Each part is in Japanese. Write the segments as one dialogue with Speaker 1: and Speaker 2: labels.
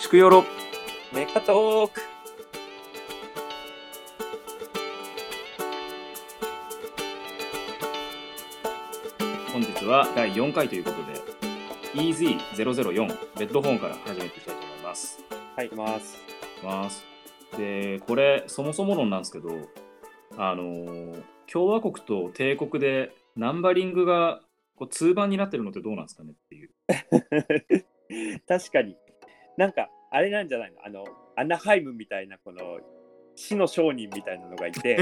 Speaker 1: つくよろ。
Speaker 2: メカトーク
Speaker 1: 本日は第4回ということで、EZ004 ベッドホーンから始めていきたいと思います。
Speaker 2: はい、いきます。
Speaker 1: ますで、これ、そもそも論なんですけど、あのー共和国と帝国でナンバリングがこう通番になってるのってどうなんですかねっていう。
Speaker 2: 確かに。なんか、あれなんじゃないのあの、アナハイムみたいな、この、死の商人みたいなのがいて、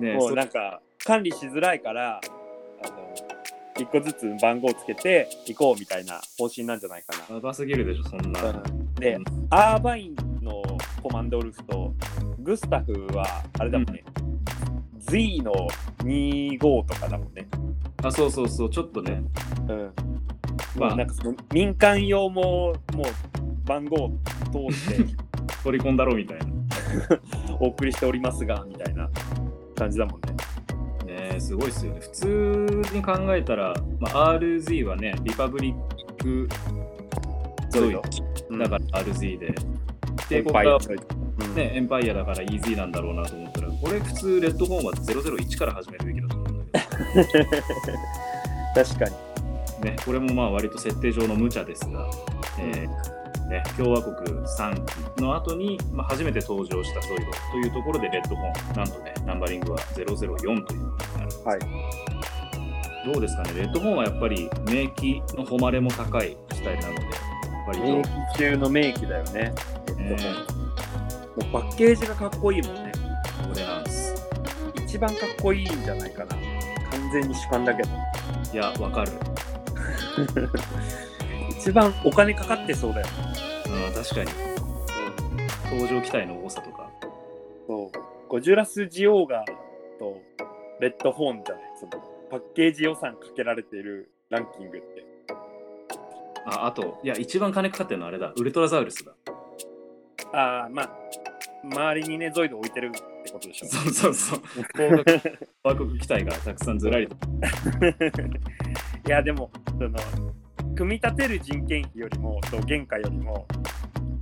Speaker 1: ね
Speaker 2: もう
Speaker 1: そ
Speaker 2: なんか、管理しづらいから、あの、一個ずつ番号をつけて行こうみたいな方針なんじゃないかな。
Speaker 1: やばすぎるでしょ、そんな。
Speaker 2: で、アーバインのコマンドウルフと、グスタフは、あれだもんね、Z の25とかだもんね。
Speaker 1: あ、そうそうそう、ちょっとね、
Speaker 2: うん
Speaker 1: まあ
Speaker 2: まあ、なんかその民間用ももう番号を通して
Speaker 1: 取り込んだろうみたいな。
Speaker 2: お送りしておりますがみたいな感じだもんね。、
Speaker 1: ねえすごいですよね。普通に考えたら、まあ、RZ はね、リパブリックゾイドだからら RZ で、帝
Speaker 2: エン
Speaker 1: 国
Speaker 2: パイア
Speaker 1: が、
Speaker 2: ゾイドうん
Speaker 1: ね、エンパイアだから EZ なんだろうなと思ったら、これ普通、レッドホーンは001から始めるべきだと思うんだけ
Speaker 2: 確かに。
Speaker 1: ど、ね、これもまあ割と設定上の無茶ですが、えーね、共和国3期の後に、まあ、初めて登場したゾイドというところで、レッドホーン、なんとね、ナンバリングは004ということになるんです。
Speaker 2: はい
Speaker 1: どうですかね、レッドホーンはやっぱり名機の誉れも高い機体なので、割と、
Speaker 2: 名機中の名機だよね。
Speaker 1: ね
Speaker 2: もうパッケージがかっこいいもんね。
Speaker 1: これなんです。
Speaker 2: 一番かっこいいんじゃないかな。完全に主観だけど。
Speaker 1: いや、わかる。
Speaker 2: 一番お金かかってそうだよね。
Speaker 1: うん、確かに。登場機体の多さとか。
Speaker 2: そう。ゴジュラス・ジオーガとレッドホーンじゃないそのパッケージ予算かけられているランキングって。
Speaker 1: あ、あと、いや、一番金かかってるのはあれだ。ウルトラザウルスだ。
Speaker 2: ああ、まあ、周りにね、ゾイド置いてるってことでしょ。
Speaker 1: そうそうそう。広角広角機体がたくさんずらりと。
Speaker 2: いや、でも、その、組み立てる人件費よりも、そう原価よりも、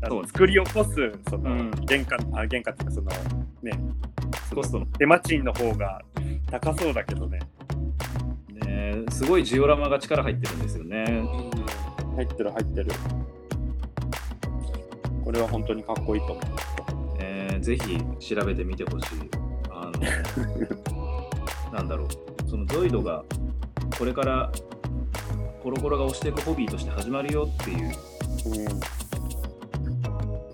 Speaker 2: あ
Speaker 1: そう
Speaker 2: の
Speaker 1: です
Speaker 2: 作り起こす、その、
Speaker 1: うん
Speaker 2: 原価、あ、原価っていうか、その、ね、
Speaker 1: コストの。
Speaker 2: 手間賃の方が高そうだけどね。
Speaker 1: ね、すごいジオラマが力入ってるんですよね。
Speaker 2: 入ってる、入ってる。これは本当にかっこいいと思う。
Speaker 1: えーぜひ調べてみてほしい。 あのなんだろう、そのゾイドがこれからコロコロが推していくホビーとして始まるよっていう、
Speaker 2: うん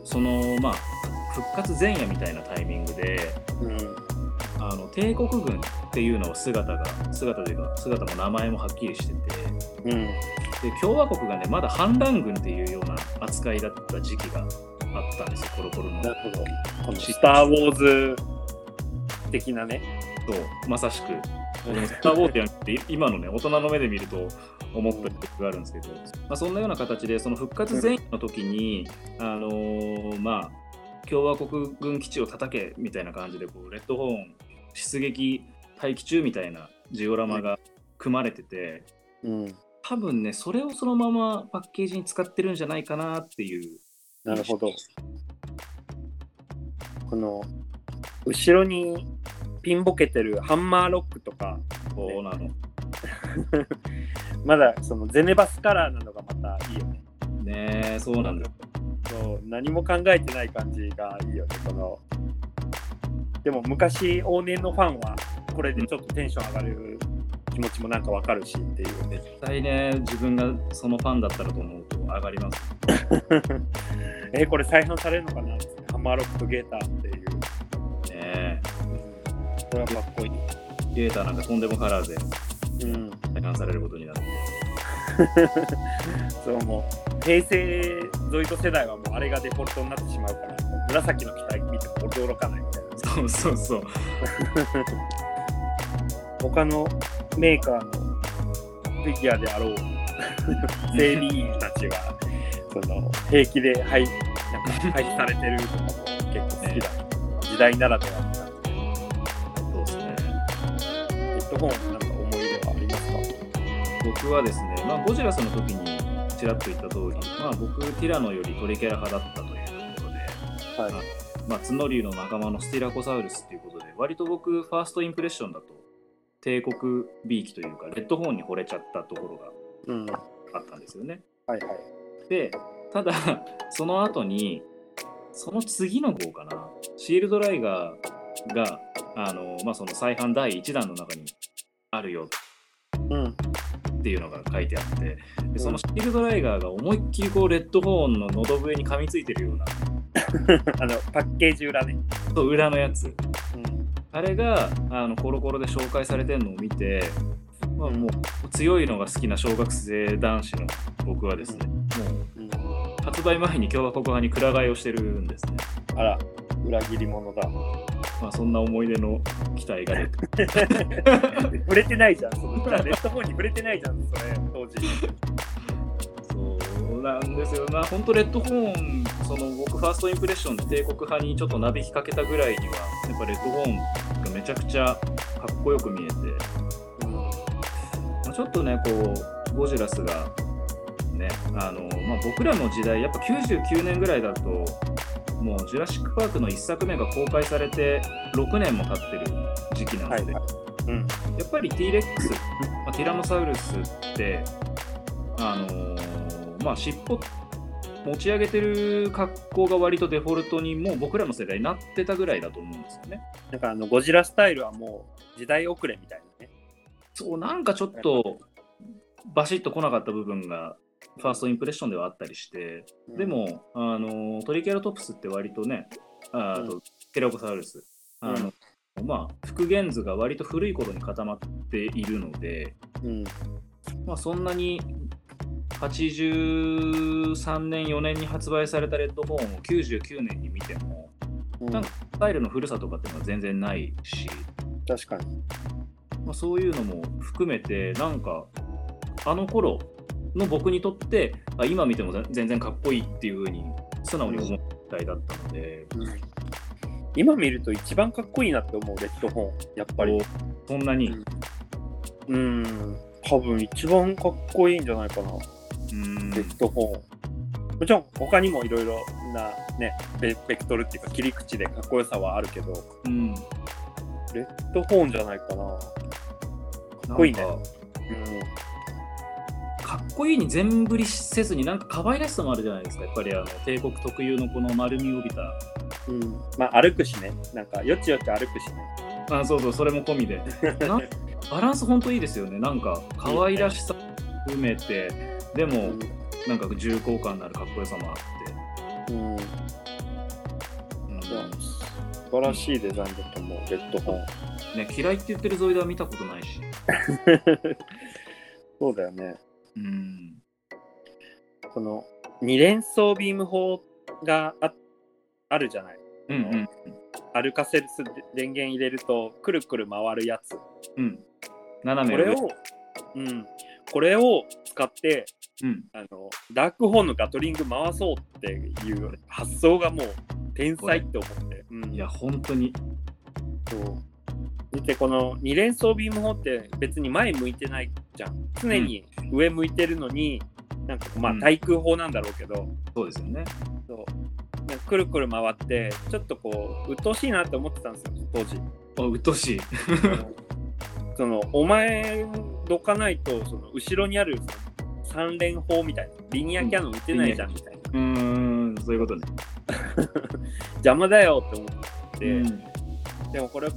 Speaker 1: そのまあ、復活前夜みたいなタイミングで、
Speaker 2: うん、
Speaker 1: あの帝国軍っていうのは姿が、姿というか、姿も名前もはっきりしてて、
Speaker 2: うん、
Speaker 1: で共和国がね、まだ反乱軍っていうような扱いだった時期があったんですよ、コロコロの。
Speaker 2: なるほど。このスター・ウォーズ的なね。
Speaker 1: そうまさしく。でもスター・ウォーズやって今のね大人の目で見ると思った記憶があるんですけど、まあ、そんなような形でその復活前夜の時に、あのーまあ共和国軍基地を叩けみたいな感じでこうレッドホーン出撃待機中みたいなジオラマが組まれてて
Speaker 2: うん、
Speaker 1: 多分ねそれをそのままパッケージに使ってるんじゃないかなっていう
Speaker 2: なるほど。この後ろにピンボケてるハンマーロックとか、
Speaker 1: そうなの
Speaker 2: まだそのゼネバスカラーなのがまたいいよね。
Speaker 1: ねえそうなんだよ
Speaker 2: そう何も考えてない感じがいいよね。このでも昔往年のファンはこれでちょっとテンション上がる気持ちもなんかわかるしっていうね。
Speaker 1: 絶対ね自分がそのファンだったらと思うと上がります
Speaker 2: え、これ再販されるのかなってハンマーロックとゲーターっていう。
Speaker 1: ねえ
Speaker 2: これはかっこい
Speaker 1: データなんかとんでもからずで
Speaker 2: い。うん。
Speaker 1: 体感されることになる
Speaker 2: そうもう平成ゾイド世代はもうあれがデフォルトになってしまうから、もう紫の機体見ても驚かないみたいな。
Speaker 1: そうそうそう
Speaker 2: 他のメーカーのフィギュアであろ う整備員たちがその平気で廃なんか廃止されてるとかも結構好きだ、時代ならではの感じで
Speaker 1: そうですね
Speaker 2: ヘッドホンなんか思い出はありますか
Speaker 1: 僕はですね、まあ、ゴジラスの時にちらっと言った通り、まあ、僕ティラノよりトリケラ派だったというところで、
Speaker 2: は
Speaker 1: あ
Speaker 2: い
Speaker 1: まあ、角竜の仲間のスティラコサウルスということで割と僕ファーストインプレッションだと帝国ビーキというかレッドホーンに惚れちゃったところ
Speaker 2: うんは
Speaker 1: があったんですよね。
Speaker 2: いはい
Speaker 1: でただその後にその次の号かなシールドライガーがあの、まあ、その再販第1弾の中にあるよ
Speaker 2: うん
Speaker 1: っていうのが書いてあって
Speaker 2: ん
Speaker 1: でそのシールドライガーが思いっきりこうレッドホーンの喉笛に噛みついてるような
Speaker 2: あのパッケージ裏ね、
Speaker 1: そう裏のやつ
Speaker 2: うん、
Speaker 1: あれがあのコロコロで紹介されてるのを見て、まあ、もう強いのが好きな小学生男子の僕はですねもう
Speaker 2: うん、
Speaker 1: 発売前に共和国派にくら替えをしてるんですね。
Speaker 2: あら裏切り者だ
Speaker 1: まあ、そんな思い出の期待が出て
Speaker 2: 触れてないじゃんそのじゃあレッドホーンに触れてないじゃんそれ当時
Speaker 1: そうなんですよな本当レッドホーンその僕ファーストインプレッション帝国派にちょっとなびきかけたぐらいにはやっぱレッドホーンがめちゃくちゃかっこよく見えて、まあちょっとねこうゴジラスがねあの、まあ、僕らの時代やっぱ99年ぐらいだともう「ジュラシック・パーク」の1作目が公開されて6年も経ってる時期なので、
Speaker 2: うん
Speaker 1: やっぱり T レックス、まあ、ティラノサウルスって、あのーまあ、尻尾持ち上げてる格好が割とデフォルトにもう僕らの世代になってたぐらいだと思うんですよね。
Speaker 2: なんかあのゴジラスタイルはもう時代遅れみたいなね
Speaker 1: そうなんかちょっとバシッと来なかった部分がファーストインプレッションではあったりしてで、も、あのートリケラトプスって割とねあーあと、
Speaker 2: う
Speaker 1: テラコサウルスあの、まあ復元図が割と古い頃に固まっているので、
Speaker 2: うん、
Speaker 1: まあ、そんなに83年4年に発売されたレッドホーンを99年に見ても
Speaker 2: うん
Speaker 1: なんかスタイルの古さとかっていうのは全然ないし、
Speaker 2: 確かに
Speaker 1: まあ、そういうのも含めてなんかあの頃の僕にとってあ今見ても全然かっこいいっていう風に素直に思った時代だったので、
Speaker 2: 今見ると一番かっこいいなって思うレッドホーンやっぱり
Speaker 1: こうそんなに、
Speaker 2: う
Speaker 1: うん
Speaker 2: うん多分一番かっこいいんじゃないかな、
Speaker 1: ーん
Speaker 2: レッドホーンもちろん他にもいろいろなねベベクトルっていうか切り口でかっこよさはあるけど
Speaker 1: うん、か
Speaker 2: レッドホーンじゃないかなっこいいね
Speaker 1: かっこいいに全振りせずになんか可愛らしさもあるじゃないですかやっぱりあの帝国特有のこの丸みを帯びた
Speaker 2: うん、うん、まあ歩くしねなんかよちよち歩くしね
Speaker 1: あそうそうそれも込み でなバランス本当いいですよねなんか可愛らしさ含めてでもなんか重厚感のあるかっこよさもあって
Speaker 2: うん、
Speaker 1: うん
Speaker 2: いや素晴らしいデザインだと思う、レッドホーン。
Speaker 1: ね、嫌いって言ってるゾイドは見たことないし、
Speaker 2: そうだよね。
Speaker 1: うん、
Speaker 2: この二連装ビーム砲がああるじゃない。
Speaker 1: うんうん
Speaker 2: 歩かせる電源入れるとくるくる回るやつ。
Speaker 1: うん斜
Speaker 2: こ
Speaker 1: め
Speaker 2: れ
Speaker 1: 上
Speaker 2: を、うん、これを使って
Speaker 1: うん、
Speaker 2: あのダークホーンのガトリング回そうっていう発想がもう天才って思って。うん
Speaker 1: いや本当に
Speaker 2: そう見てこの二連装ビーム砲って別に前向いてないじゃん常に上向いてるのに、なんかまあ
Speaker 1: うん
Speaker 2: 対空砲なんだろうけど、
Speaker 1: そうですよね
Speaker 2: そうなんかくるくる回ってちょっとこう鬱陶しいなって思ってたんですよ当 時
Speaker 1: あうっとしい
Speaker 2: そのお前どかないとその後ろにあるその三連砲みたいなリニアキャノン打てないじゃんみたいな、
Speaker 1: うーんそういうことね
Speaker 2: 邪魔だよって思って、
Speaker 1: うん
Speaker 2: でもこれ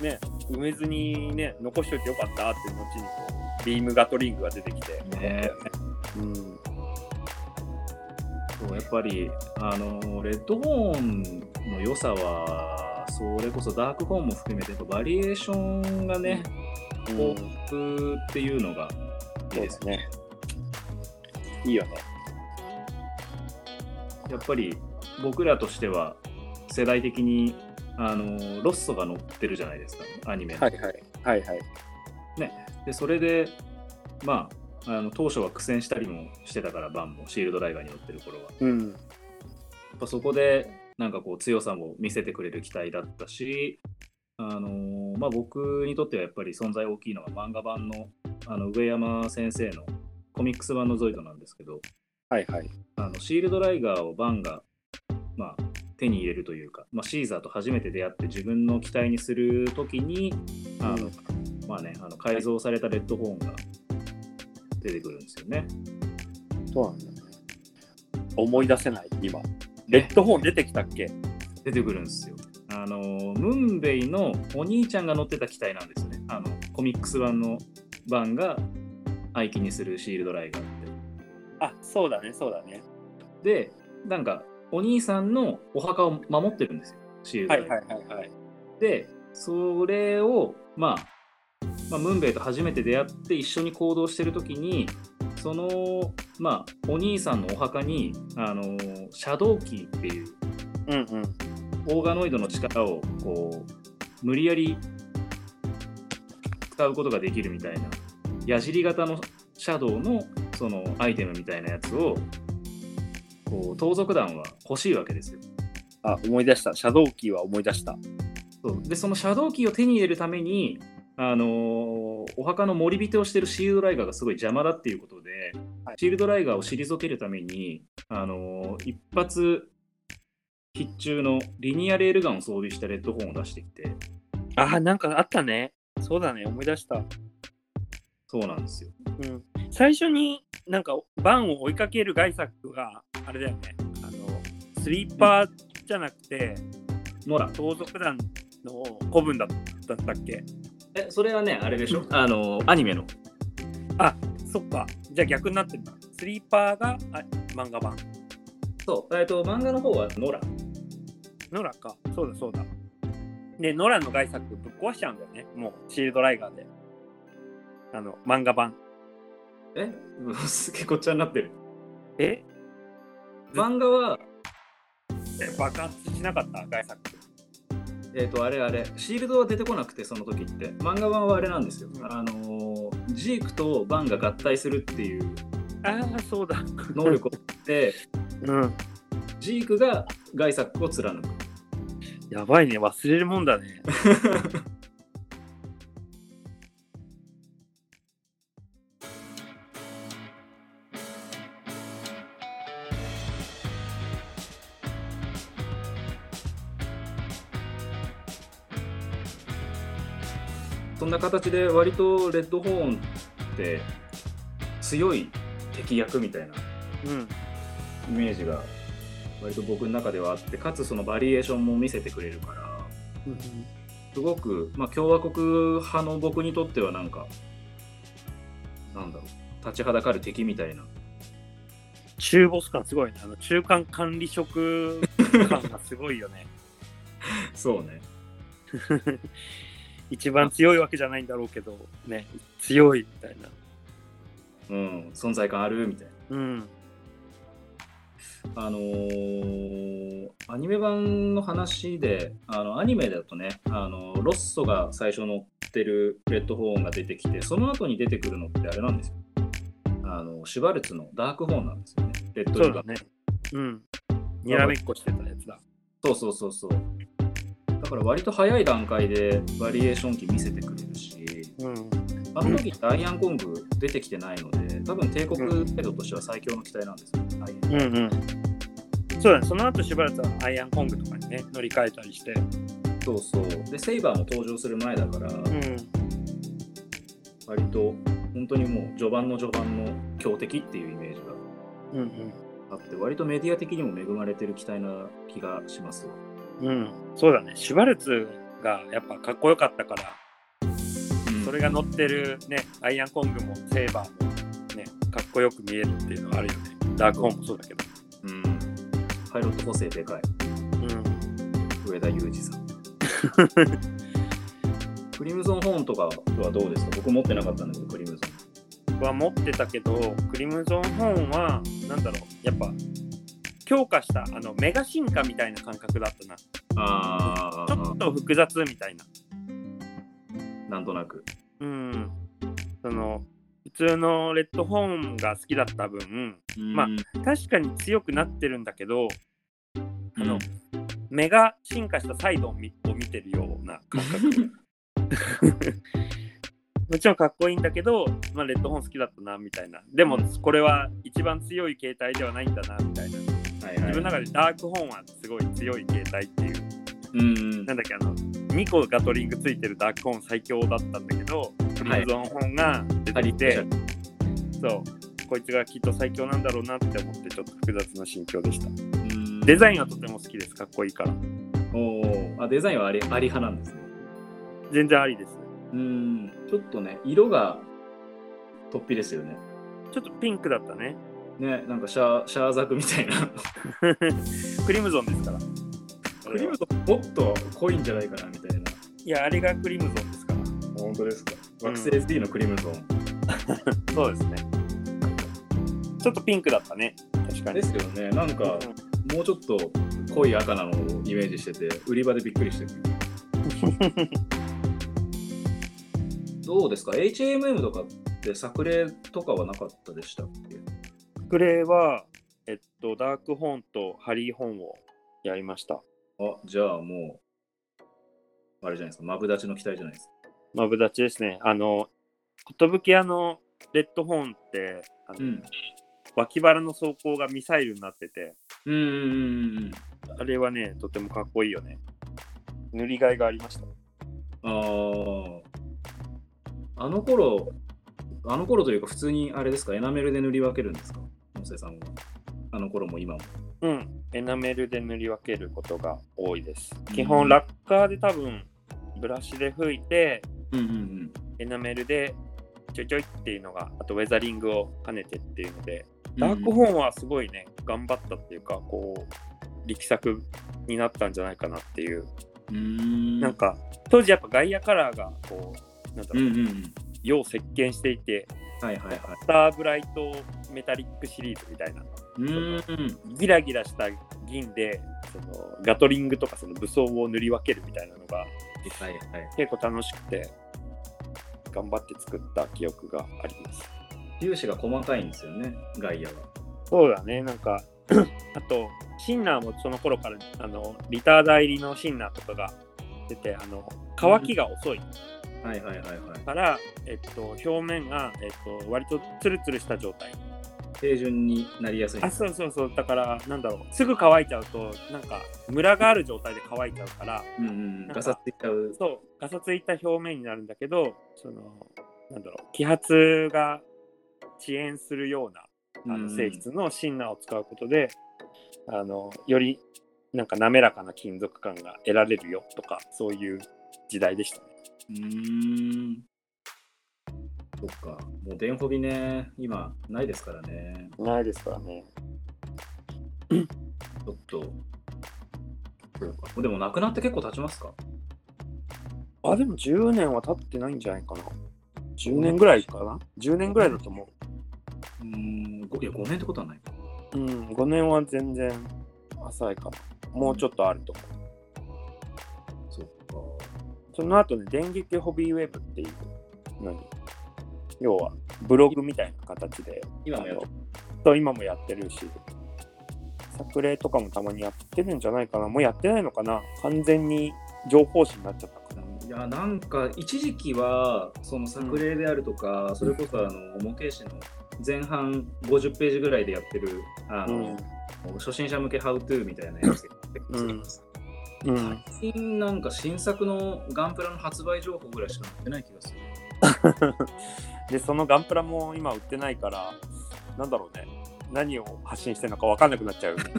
Speaker 2: ね埋めずにね残しといてよかったっていう後にこうビームガトリングが出てきて、
Speaker 1: ね
Speaker 2: うん
Speaker 1: そうやっぱりあのレッドホーンの良さはそれこそダークホーンも含めてやっぱバリエーションがね
Speaker 2: こ
Speaker 1: 豊富っていうのが
Speaker 2: う
Speaker 1: いいですね
Speaker 2: ねいいよね
Speaker 1: やっぱり僕らとしては世代的にあのロッソが乗ってるじゃないですかアニメの、
Speaker 2: はいはいはいはい
Speaker 1: でそれでまああの当初は苦戦したりもしてたからバンもシールドライガーに乗ってる頃はや
Speaker 2: うん
Speaker 1: っぱそこでなんかこう強さも見せてくれる期待だったしあのーまあ僕にとってはやっぱり存在大きいのが漫画版のあの上山先生の「コミックス版のゾイドなんですけど、
Speaker 2: はいはい。
Speaker 1: あのシールドライガーをバンが、まあ、手に入れるというか、まあ、シーザーと初めて出会って自分の機体にするときにあの、まあね、あの改造されたレッドホーンが出てくるんですよね。
Speaker 2: そうなんだよね。思い出せない、今。レッドホーン出てきたっけ
Speaker 1: 出てくるんですよ。あのムンベイのお兄ちゃんが乗ってた機体なんですよね。あのコミックス版のバンが廃棄にするシールドライガーって。
Speaker 2: あ、そうだね、そうだね。
Speaker 1: で、なんか、お兄さんのお墓を守ってるんですよ、シールド
Speaker 2: は
Speaker 1: ラ
Speaker 2: い
Speaker 1: イガー
Speaker 2: はいはいはい。
Speaker 1: で、それを、まあ、まあ、ムンベイと初めて出会って一緒に行動してる時に、その、まあ、お兄さんのお墓に、あのシャドウキーっていう
Speaker 2: うんうん。
Speaker 1: オーガノイドの力を、こう、無理やり使うことができるみたいな、矢尻型のシャドウの、その、アイテムみたいなやつを、こう、盗賊団は欲しいわけですよ。
Speaker 2: あ、思い出した。シャドウキーは思い出した。
Speaker 1: そうでそのシャドウキーを手に入れるために、あのーお墓の森人をしてるシールドライガーがすごい邪魔だっていうことで、
Speaker 2: はい
Speaker 1: シールドライガーを退けるために、あのー一発必中のリニアレールガンを装備したレッドホーンを出してきて
Speaker 2: あ、なんかあったね。そうだね、思い出した。
Speaker 1: そうなんですよ
Speaker 2: うん。最初になんかバンを追いかけるガイサックが、あれだよね。あの、スリーパーじゃなくて、
Speaker 1: ノラ
Speaker 2: 盗賊団の古文だっただったっけ
Speaker 1: えそれはねあれでしょ、あのーアニメの
Speaker 2: あ、そっか。じゃあ逆になってるんだ。スリーパーがあ漫画版。
Speaker 1: そう、えー、と漫画の方はノラ
Speaker 2: ノラか。そうだそうだ。で、ノラの外作ぶっ壊しちゃうんだよね。もう、シールドライガーで。あの、漫画版。
Speaker 1: え すげえごっちゃになってる
Speaker 2: え
Speaker 1: 漫画は
Speaker 2: え爆発しなかった外作。
Speaker 1: えっ、と、あれあれ、シールドは出てこなくて、その時って。漫画版はあれなんですよ。
Speaker 2: うん
Speaker 1: あのージークとバンが合体するっていう
Speaker 2: ああ、そうだ。
Speaker 1: 能力を持 って、
Speaker 2: うん。
Speaker 1: ジークがガイサックを貫く。
Speaker 2: やばいね。忘れるもんだね。
Speaker 1: そんな形で、割とレッドホーンって強い敵役みたいな
Speaker 2: うん。
Speaker 1: イメージが割と僕の中ではあって、かつそのバリエーションも見せてくれるから、すごく、まあ、共和国派の僕にとってはなんか、なんだろう、立ちはだかる敵みた いな。
Speaker 2: 中ボス感すごいね。あの中間管理職感がすごいよね。
Speaker 1: そうね。
Speaker 2: 一番強いわけじゃないんだろうけど、ね。強いみたいな。
Speaker 1: うん、存在感あるみたい
Speaker 2: うん。
Speaker 1: な。あのーアニメ版の話で、あのアニメだとね、あのロッソが最初乗ってるレッドホーンが出てきて、その後に出てくるのってあれなんですよ。あのシュバルツのダークホーンなんですよね。レッド
Speaker 2: そ
Speaker 1: ル
Speaker 2: う
Speaker 1: が
Speaker 2: だね。うん。にらめっこしてたやつだ。
Speaker 1: そうそうそうそう。だから割と早い段階でバリエーション機見せてくれるし、
Speaker 2: うん。
Speaker 1: あの時ってアイアンコング出てきてないので、多分帝国制度としては最強の機体なんですよ、ね。アイアン
Speaker 2: うんうん。そうだね、その後しばらくはアイアンコングとかにね、乗り換えたりして。
Speaker 1: そうそう。で、セイバーも登場する前だから、
Speaker 2: ん。
Speaker 1: 割と本当にもう序盤の序盤の強敵っていうイメージが
Speaker 2: うん
Speaker 1: あって、割とメディア的にも恵まれてる機体な気がしますわ。
Speaker 2: うん。うん。そうだね、シュバルツがやっぱかっこよかったから、それが乗ってるね、アイアンコングもセーバーもね、かっこよく見えるっていうのがあるよね。ダークホーンもそうだけど。
Speaker 1: うん。パイロット補正でかい、
Speaker 2: うん。
Speaker 1: 上田裕二さん。 クリムゾンホーンとかはどうですか僕持ってなかったんだけど、クリムゾン。
Speaker 2: 僕は持ってたけど、クリムゾンホーンは、なんだろう、やっぱ、強化した、あの、メガ進化みたいな感覚だったな。ち
Speaker 1: あ
Speaker 2: ょっと複雑みたいな。
Speaker 1: なんとなく。
Speaker 2: うん、その普通のレッドホーンが好きだった分まあ
Speaker 1: うん
Speaker 2: 確かに強くなってるんだけどあの
Speaker 1: うん
Speaker 2: 目が進化したサイドを見を見てるような感覚もちろんかっこいいんだけど、まあ、レッドホン好きだったなみたいなでもこれは一番強い形態ではないんだなみたいな
Speaker 1: はいはい
Speaker 2: 自分の中でダークホーンはすごい強い形態っていう
Speaker 1: うん
Speaker 2: なんだっけあの2個ガトリングついてるダークホーン最強だったんだけどプリ
Speaker 1: はい
Speaker 2: ズンホーンが出てきて、そうこいつがきっと最強なんだろうなって思ってちょっと複雑な心境でした
Speaker 1: うん
Speaker 2: デザインはとても好きですかっこいいから
Speaker 1: おーあデザインはありあり派なんですね
Speaker 2: 全然ありです
Speaker 1: うんちょっとね色が突飛ですよね
Speaker 2: ちょっとピンクだったね
Speaker 1: ねなんかシャーシャーザクみたいな
Speaker 2: クリムゾンですから
Speaker 1: クリムゾンもっと濃いんじゃないかなみたいない
Speaker 2: やあれがクリムゾンですから
Speaker 1: 本当ですか
Speaker 2: うん
Speaker 1: 惑星 SD のクリムゾン、
Speaker 2: そうですねちょっとピンクだったね確かに
Speaker 1: ですよねなんかもうちょっと濃い赤なのをイメージしてて売り場でびっくりしてる どうですか HMM とかって作例とかはなかったでしたっけ
Speaker 2: クレーはえっとダークホーンとハリーホーンをやりました
Speaker 1: あじゃあもうあれじゃないですかマブダチの期待じゃないですか
Speaker 2: マブダチですね。あの、寿屋のレッドホーンって、あの
Speaker 1: うん
Speaker 2: 脇腹の装甲がミサイルになってて、
Speaker 1: うんうんうんうん
Speaker 2: あれはね、とてもかっこいいよね。塗り替えがありました。
Speaker 1: あーあの頃あの頃というか普通にあれですかエナメルで塗り分けるんですか野瀬さんはあの頃も今も
Speaker 2: うん、エナメルで塗り分けることが多いです。
Speaker 1: うん
Speaker 2: 基本、ラッカーで多分、ブラシで拭いて、
Speaker 1: うんうんうん
Speaker 2: エナメルでちょいちょいっていうのが、あとウェザリングを兼ねてっていうので、ダークホーンはすごいね、頑張ったっていうか、こう、力作になったんじゃないかなっていう
Speaker 1: うーん
Speaker 2: なんか当時やっぱ外野カラーがこうなんだ
Speaker 1: う
Speaker 2: ろう、
Speaker 1: んうんうん
Speaker 2: よう席巻していて
Speaker 1: はいはいはい
Speaker 2: スターブライトメタリックシリーズみたいな
Speaker 1: うーん
Speaker 2: ギラギラした銀でそのガトリングとかその武装を塗り分けるみたいなのが
Speaker 1: はいはい
Speaker 2: 結構楽しくて頑張って作った記憶があります
Speaker 1: 粒子が細かいんですよねガイアは
Speaker 2: そうだねなんか あとシンナーもその頃からあのリターダー入りのシンナーとかが出てあの乾きが遅い
Speaker 1: はいはいはいはい
Speaker 2: から、えっと、表面が、えっと、割とツルツルした状態
Speaker 1: 平準になりやすいん
Speaker 2: あ
Speaker 1: です
Speaker 2: そうそうそうだからなんだろうすぐ乾いちゃうとなんかムラがある状態で乾いちゃうから
Speaker 1: うんうんうんガサついちゃう
Speaker 2: そうガサついた表面になるんだけどそのなんだろう揮発が遅延するようなあ
Speaker 1: うんう
Speaker 2: の
Speaker 1: ん
Speaker 2: 性質のシンナーを使うことで、あのよりなんか滑らかな金属感が得られるよとかそういう時代でしたね。
Speaker 1: うーんそっかもう電ホビね今ないですからね
Speaker 2: ないですからね。
Speaker 1: ちょっと。そうか。でも、なくなって結構経ちますか
Speaker 2: あ、でも10年は経ってないんじゃないかな。10年ぐらいかな ?10 年ぐらいだと思
Speaker 1: うーん、ごいや、5年ってことはないか。
Speaker 2: う。うん、5年は全然浅いかも。もうちょっとあると思う。
Speaker 1: そっか。
Speaker 2: その後ね、電撃ホビーウェブっていうのに、要はブログみたいな形で、
Speaker 1: 今もやってる
Speaker 2: あのそう今もやってるし、作例とかもたまにやってるんじゃないかな。もうやってないのかな完全に情報誌になっちゃったかな。
Speaker 1: いや、なんか、一時期は、その作例であるとか、それこそ、あの、模型師の前半50ページぐらいでやってる、あの、初心者向けハウトゥーみたいなやつやってるんです
Speaker 2: う
Speaker 1: けど、
Speaker 2: ん。
Speaker 1: 最近なんか新作のガンプラの発売情報ぐらいしか載ってない気がする。
Speaker 2: でそのガンプラも今売ってないからなんだろうね何を発信してるのか分かんなくなっちゃうよね
Speaker 1: ね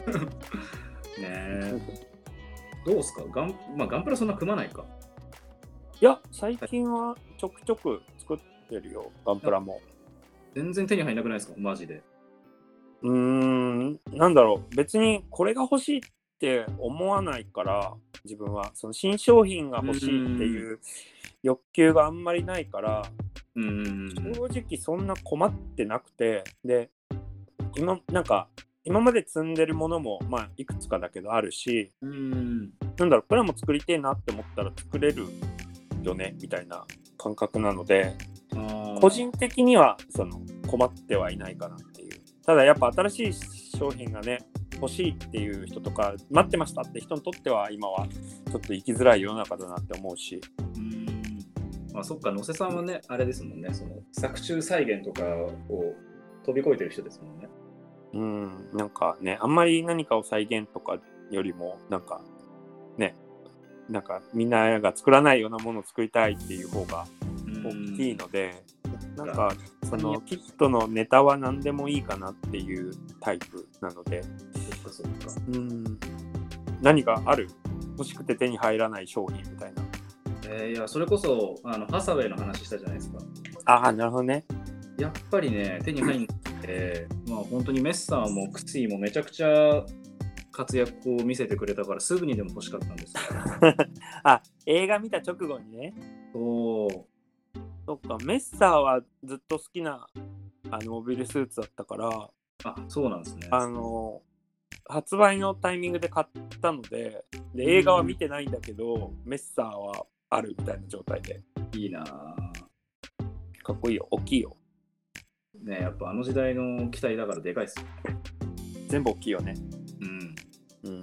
Speaker 1: え。どうですかガン,、まあ、ガンプラそんな組まないか。
Speaker 2: いや最近はちょくちょく作ってるよガンプラも
Speaker 1: 全然手に入んなくないですかマジで。
Speaker 2: うーんなんだろう別にこれが欲しいって思わないから自分はその新商品が欲しいっていう欲求があんまりないから
Speaker 1: うんうんうん
Speaker 2: 正直そんな困ってなくてで今なんか今まで積んでるものもまあいくつかだけどあるし、
Speaker 1: うん。
Speaker 2: なんだろう、プラも作りてえなって思ったら作れるよね、みたいな感覚なので、
Speaker 1: あー
Speaker 2: 個人的にはその困ってはいないかなっていう。ただやっぱ新しい商品がね、欲しいっていう人とか、待ってましたって人にとっては今はちょっと生きづらい世の中だなって思うし、
Speaker 1: うん。まああそっか、野瀬さんはね、あれですもんね、その作中再現とかを飛び越えてる人ですもんね。
Speaker 2: うん、なんかね、あんまり何かを再現とかよりも、なんかね、なんかみんなが作らないようなものを作りたいっていう方が大きいので、なんかそのキットのネタは何でもいいかなっていうタイプなので、
Speaker 1: そっかそっか。
Speaker 2: うん、何かある欲しくて手に入らない商品みたいな。
Speaker 1: えーいや、それこそ、あの、ハサウェイの話したじゃないですか。
Speaker 2: ああ、なるほどね。
Speaker 1: やっぱりね、手に入んなくて、まあ本当にメッサーもクシーもめちゃくちゃ活躍を見せてくれたから、すぐにでも欲しかったんですよ。
Speaker 2: あ、映画見た直後にね。
Speaker 1: そう。
Speaker 2: そっか、メッサーはずっと好きなあのモビルスーツだったから、
Speaker 1: あ、そうなんですね。
Speaker 2: あの発売のタイミングで買ったのでで映画は見てないんだけど、メッサーはあるみたいな状態で
Speaker 1: いいなぁ
Speaker 2: かっこいいよ大きいよ
Speaker 1: ねやっぱあの時代の期待だからでかいっすよ。
Speaker 2: 全部大きいよね
Speaker 1: うん。
Speaker 2: うん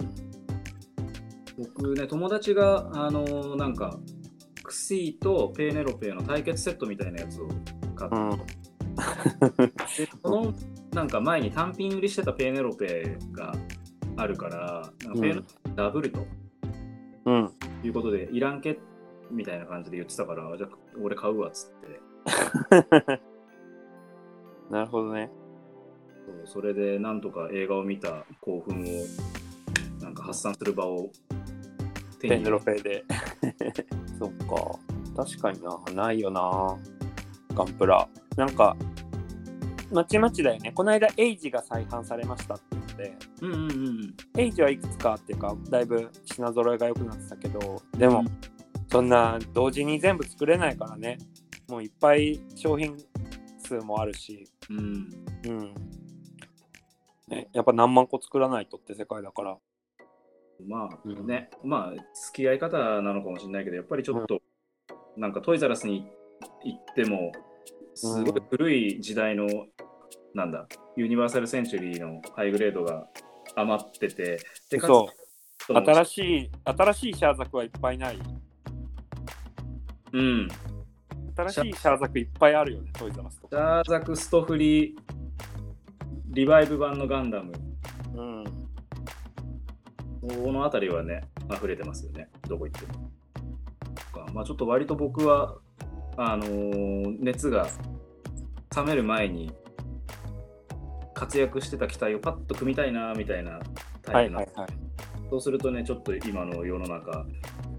Speaker 1: 僕ね、友達が、あのーなんか、クシーとペーネロペーの対決セットみたいなやつを買って、
Speaker 2: うん
Speaker 1: でそのなんか前に単品売りしてたペーネロペーがあるから、なんかペーネロペーダブルと
Speaker 2: うん
Speaker 1: いうことで、いらんけみたいな感じで言ってたから、じゃあ俺買うわっつって、
Speaker 2: なるほどね
Speaker 1: そうそれでなんとか映画を見た興奮をなんか発散する場を手
Speaker 2: ペン
Speaker 1: に
Speaker 2: ド
Speaker 1: 入れ
Speaker 2: ロペイで そっか確かになないよなガンプラなんかまちまちだよねこの間エイジが再販されましたって言って
Speaker 1: うんうんうん
Speaker 2: エイジはいくつかっていうかだいぶ品揃えが良くなってたけどでも、そんな同時に全部作れないからねもういっぱい商品数もあるし、
Speaker 1: うん。うん
Speaker 2: うんね、やっぱ何万個作らないとって世界だから
Speaker 1: まあ
Speaker 2: うん
Speaker 1: ね、まあ付き合い方なのかもしれないけど、やっぱりちょっと、なんかトイザラスに行っても、すごい古い時代の、なんだ、ユニバーサルセンチュリーのハイグレードが余ってて、でか
Speaker 2: そ
Speaker 1: つ
Speaker 2: う
Speaker 1: その
Speaker 2: 新しい新しいシャーザクはいっぱいない
Speaker 1: うん、
Speaker 2: 新しいシャーザクいっぱいあるよねトイザラスと
Speaker 1: シ
Speaker 2: か、
Speaker 1: ャーザク・ストフリー、リバイブ版のガンダム、
Speaker 2: うん、
Speaker 1: この辺りはね、溢れてますよね、どこ行っても。そっかまあ、ちょっと割と僕は、あのー熱が冷める前に、活躍してた機体をパッと組みたいなみたいなタ
Speaker 2: は
Speaker 1: イ
Speaker 2: い
Speaker 1: プな、
Speaker 2: はいはい
Speaker 1: そうするとね、ちょっと今の世の中、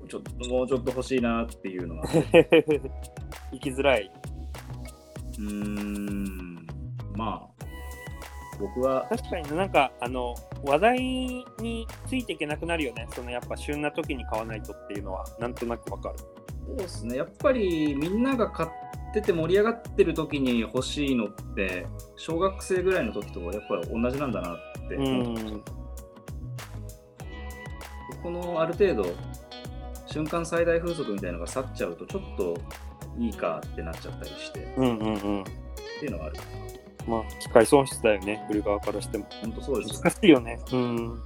Speaker 1: ちょっともうちょっと欲しいなっていうの は、う
Speaker 2: 生きづらい
Speaker 1: ーん、まあ、僕は、
Speaker 2: 確かになんかあの話題についていけなくなるよねそのやっぱ旬な時に買わないとっていうのはなんとなくわかる
Speaker 1: そうですね、やっぱりみんなが買ってて盛り上がってる時に欲しいのって、小学生ぐらいの時とやっぱり同じなんだなって、
Speaker 2: うん
Speaker 1: そこのある程度、瞬間最大風速みたいなのが去っちゃうと、ちょっといいかってなっちゃったりして、っ
Speaker 2: うんうんうん
Speaker 1: ていうのはある。
Speaker 2: まあ機械損失だよね売る側からしても
Speaker 1: 本当そうですよ。
Speaker 2: 難しいよねうん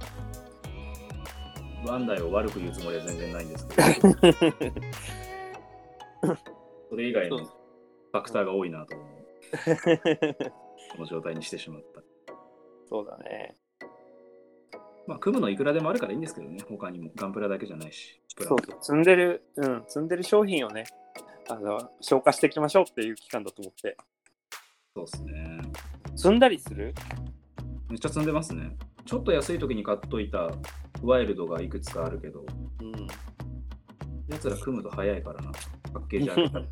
Speaker 1: バンダイを悪く言うつもりは全然ないんですけど、それ以外のファクターが多いなと思う。この状態にしてしまった。
Speaker 2: そうだね
Speaker 1: まあ、組むのいくらでもあるからいいんですけどね、他にも。ガンプラだけじゃないし。プラ
Speaker 2: そうそう積んでるうん積んでる商品をねあの消化していきましょうっていう期間だと思って
Speaker 1: そうですね。
Speaker 2: 積んだりする
Speaker 1: めっちゃ積んでますね。ちょっと安い時に買っといたワイルドがいくつかあるけど、
Speaker 2: うん
Speaker 1: やつら組むと早いからな。パッケージ開けた ら。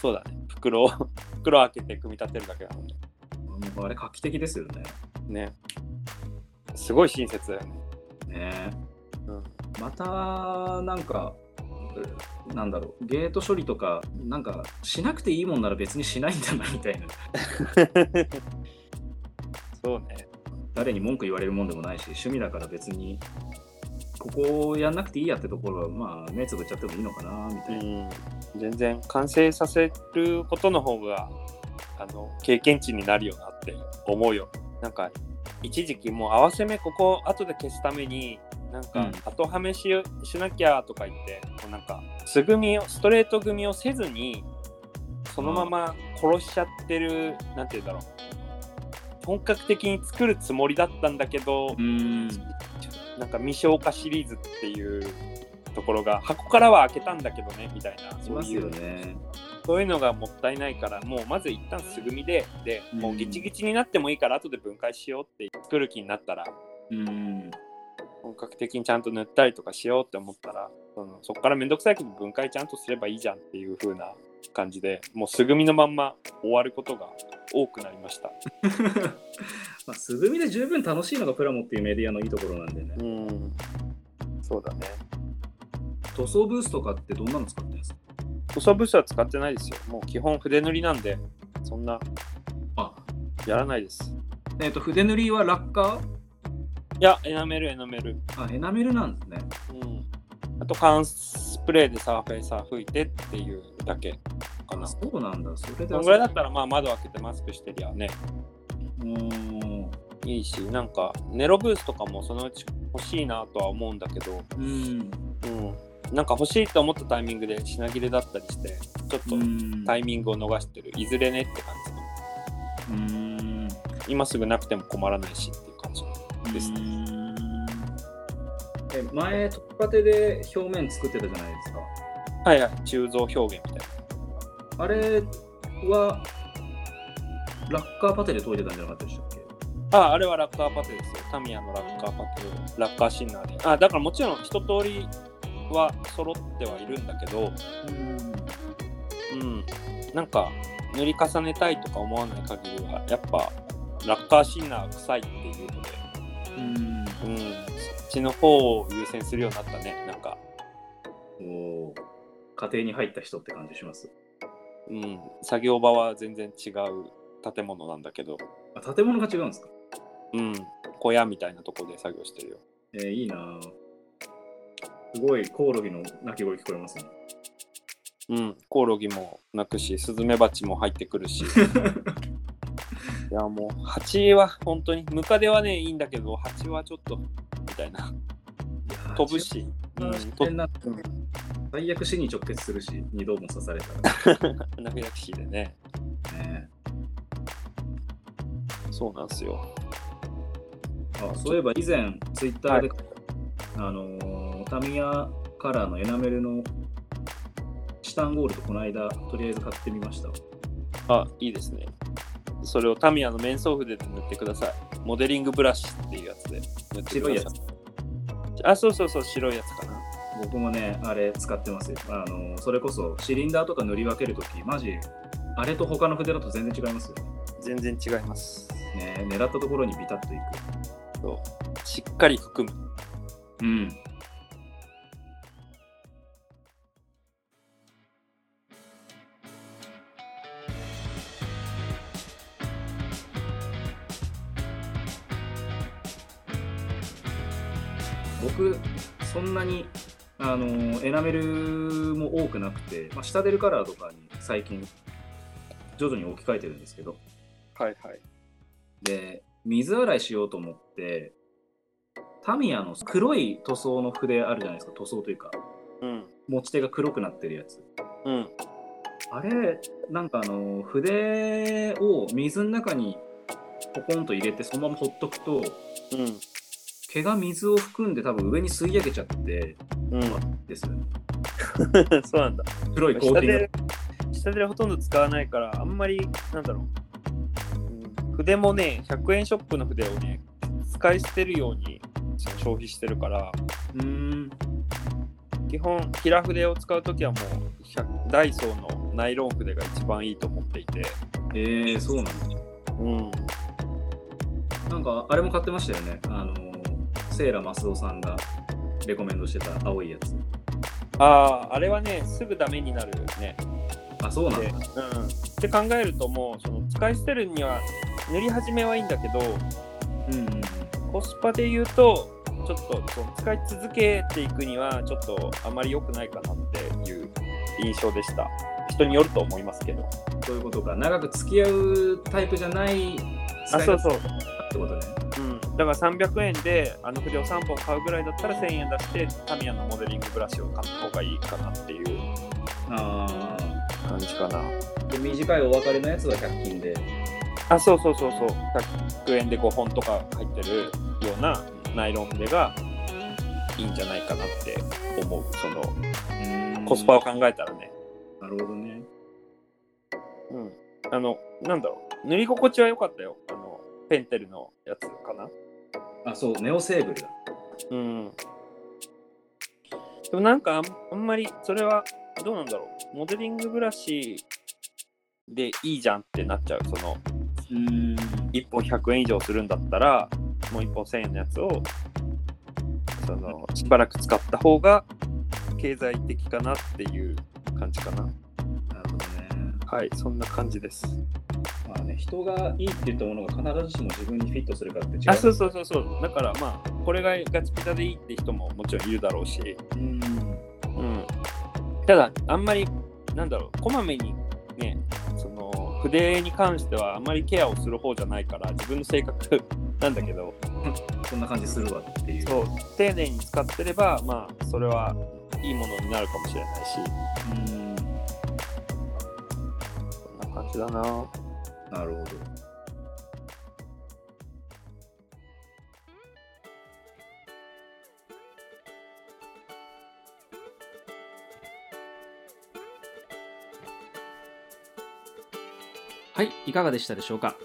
Speaker 2: そうだね袋を 袋開けて組み立てるだけだもんね
Speaker 1: もうあれ画期的ですよね。
Speaker 2: ねすごい親切だよね
Speaker 1: ねえ
Speaker 2: うん
Speaker 1: また、なんか、うなんだろう、ゲート処理とか、なんか、しなくていいもんなら別にしないんだな、みたいな。
Speaker 2: そうね。
Speaker 1: 誰に文句言われるもんでもないし、趣味だから別に、ここをやんなくていいやってところは、まあ、目つぶっちゃってもいいのかな、みたいな。
Speaker 2: 全然完成させることの方があの経験値になるよなって思うよ。なんか一時期もう合わせ目ここ後で消すためになん
Speaker 1: う
Speaker 2: か
Speaker 1: ん
Speaker 2: 後はめししなきゃとか言ってこうなんか素組みをストレート組みをせずにそのまま殺しちゃってる、なんて言うんだろう本格的に作るつもりだったんだけど、
Speaker 1: うん
Speaker 2: なんか未消化シリーズっていうところが箱からは開けたんだけどねみたいな
Speaker 1: し
Speaker 2: そう
Speaker 1: ます
Speaker 2: いう
Speaker 1: よね。
Speaker 2: そういうのがもったいないからもうまず一旦素組みでで
Speaker 1: うん
Speaker 2: もうギチギチになってもいいから後で分解しようって作る気になったら
Speaker 1: うん。
Speaker 2: 本格的にちゃんと塗ったりとかしようって思ったらそのそこからめんどくさいけど分解ちゃんとすればいいじゃんっていう風な感じでもう素組みのまんま終わることが多くなりました。
Speaker 1: まあ、素組みで十分楽しいのがプラモっていうメディアのいいところなんでね。
Speaker 2: うんそうだね。
Speaker 1: 塗装ブースとかってどんなの使ってるんですか
Speaker 2: 塗装ブスは使ってないですよ。もう基本筆塗りなんでそんな
Speaker 1: あ、
Speaker 2: やらないです。
Speaker 1: えっ、と、筆塗りは落下
Speaker 2: いやエナメルエナメル。
Speaker 1: あ、エナメルなんですね。
Speaker 2: うん、あと缶スプレーでサーフェイサー吹いてっていうだけかな。
Speaker 1: そうなんだ。それで
Speaker 2: そのぐらいだったらまあ窓開けてマスクしてりゃね
Speaker 1: うーん。
Speaker 2: いいしなんかネロブースとかもそのうち欲しいなとは思うんだけど、
Speaker 1: うん。
Speaker 2: うん、なんか欲しいと思ったタイミングで品切れだったりしてちょっと
Speaker 1: うん
Speaker 2: タイミングを逃してる、いずれねって感じの
Speaker 1: うん。
Speaker 2: 今すぐなくても困らないしっていう感じ。ですね
Speaker 1: え前、突破手で表面作ってたじゃないですか。
Speaker 2: はいはい鋳造表現みたい
Speaker 1: あれは、ラッカーパテで研いでたんじゃなかったでしたっけ
Speaker 2: な。ああれはラッカーパテですよ。タミヤのラッカーパテをラッカーシンナーで。あだからもちろん一通りは揃ってはいるんだけど、うん、なんか塗り重ねたいとか思わない限りはやっぱラッカーシンナー臭いっていうので、
Speaker 1: うん。
Speaker 2: うん、そっちの方を優先するようになったねなんか、
Speaker 1: おー家庭に入った人って感じします。
Speaker 2: うん、作業場は全然違う建物なんだけど、
Speaker 1: あ建物が違うんですか
Speaker 2: うん、小屋みたいなとこで作業してるよ
Speaker 1: えーいいなぁすごいコオロギの鳴き声聞こえますね。
Speaker 2: うん、コオロギも鳴くしスズメバチも入ってく るしいやもう蜂は本当にムカデはねいいんだけど蜂はちょっとみたいない
Speaker 1: やぁ
Speaker 2: 飛ぶ。し、う
Speaker 1: 違
Speaker 2: ん
Speaker 1: う、
Speaker 2: と
Speaker 1: 危険な
Speaker 2: うん
Speaker 1: 最悪死に直結するし、二度も刺されたら、
Speaker 2: アナフィラキシーでね
Speaker 1: ね。
Speaker 2: そうなんですよ。
Speaker 1: あそういえば以前、ツイッターで、あのータミヤカラーのエナメルのチタンゴールド、この間、とりあえず買ってみました。
Speaker 2: あ、いいですね。それをタミヤの面相筆で塗ってください。モデリングブラシっていうやつで塗ってください。
Speaker 1: 白いやつ。
Speaker 2: あ、そうそうそう、白いやつかな。
Speaker 1: 僕もね、あれ使ってますよ。あのーそれこそ、シリンダーとか塗り分けるとき、マジ、あれと他の筆だと全然違いますよ。
Speaker 2: 全然違います。
Speaker 1: ね、狙ったところにビタッといく。
Speaker 2: そうしっかり含む。
Speaker 1: うん。僕そんなにあのエナメルも多くなくて、まあ、下出るカラーとかに最近徐々に置き換えてるんですけど
Speaker 2: はいはい。
Speaker 1: で水洗いしようと思ってタミヤの黒い塗装の筆あるじゃないですか塗装というか
Speaker 2: うん。
Speaker 1: 持ち手が黒くなってるやつ
Speaker 2: うん。
Speaker 1: あれなんかあの筆を水の中にポコンと入れてそのままほっとくと毛が水を含んで多分上に吸い上げちゃって
Speaker 2: うん。
Speaker 1: ですよね
Speaker 2: うん。そうなんだ。
Speaker 1: 黒いコー
Speaker 2: 下
Speaker 1: ティング
Speaker 2: で、下でほとんど使わないから、あんまり、なんだろう。うん、筆もね、100円ショップの筆をね、使い捨てるようにその消費してるから、
Speaker 1: うーん
Speaker 2: 基本平筆を使う時はもう100ダイソーのナイロン筆が一番いいと思っていて、
Speaker 1: えー、そうなんだ
Speaker 2: うん、
Speaker 1: なんかあれも買ってましたよねあのセイラマスオさんがレコメンドしてた青いやつ
Speaker 2: あああれはねすぐダメになるね
Speaker 1: あそうなん
Speaker 2: で、
Speaker 1: だ
Speaker 2: うん、って考えるともうその使い捨てるには塗り始めはいいんだけど
Speaker 1: うんうんうん
Speaker 2: コスパで言うとちょっとその使い続けていくにはちょっとあまり良くないかなっていう印象でした人によると思いますけど
Speaker 1: そういうことか長く付き合うタイプじゃない
Speaker 3: あそうそう、
Speaker 1: ってことね。
Speaker 2: うん、だから300円であの筆を3本買うぐらいだったら1000円出してタミヤのモデリングブラシを買った方がいいかなっていう
Speaker 1: あ
Speaker 2: 感じかな
Speaker 1: あ。で、短いお別れのやつは100均で。
Speaker 2: あそうそうそうそう100円で5本とか入ってるようなナイロン筆がいいんじゃないかなって思うそのコスパを考えたらね、
Speaker 1: なるほどね。
Speaker 2: うん、あのなんだろう塗り心地は良かったよあのペンテルのやつかな
Speaker 1: あ、そう、ネオセーブルだ。
Speaker 2: うん。でもなんかあんあんまりそれはどうなんだろう。モデリングブラシでいいじゃんってなっちゃう。その
Speaker 1: うん。
Speaker 2: 1本100円以上するんだったらもう1本1000円のやつをそのしばらく使った方が経済的かなっていう感じかな。
Speaker 1: なるほどね。
Speaker 2: はい、そんな感じです。
Speaker 1: まあね、人がいいって言ったものが必ずしも自分にフィットするかって違う。
Speaker 2: あ、そうそうそうそう。だからまあこれがガチピタでいいって人ももちろんいるだろうし。
Speaker 1: うん。
Speaker 2: うん、ただあんまりなんだろうこまめにねその筆に関してはあんまりケアをする方じゃないから自分の性格 なんだけど
Speaker 1: そんな感じするわっていう。
Speaker 2: そう丁寧に使ってればまあそれはいいものになるかもしれないし
Speaker 1: うん。
Speaker 2: こんな感じだな
Speaker 1: なるほど。はい、いかがでしたでしょうか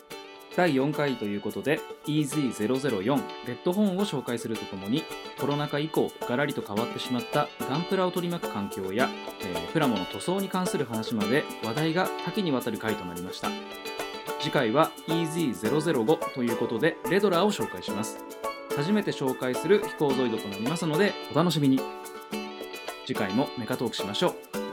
Speaker 1: 第4回ということで EZ004 レッドホーンを紹介するとともにコロナ禍以降ガラリと変わってしまったガンプラを取り巻く環境やえープラモの塗装に関する話まで話題が多岐にわたる回となりました次回は EZ005 ということでレドラーを紹介します初めて紹介する飛行ゾイドとなりますのでお楽しみに次回もメカトークしましょう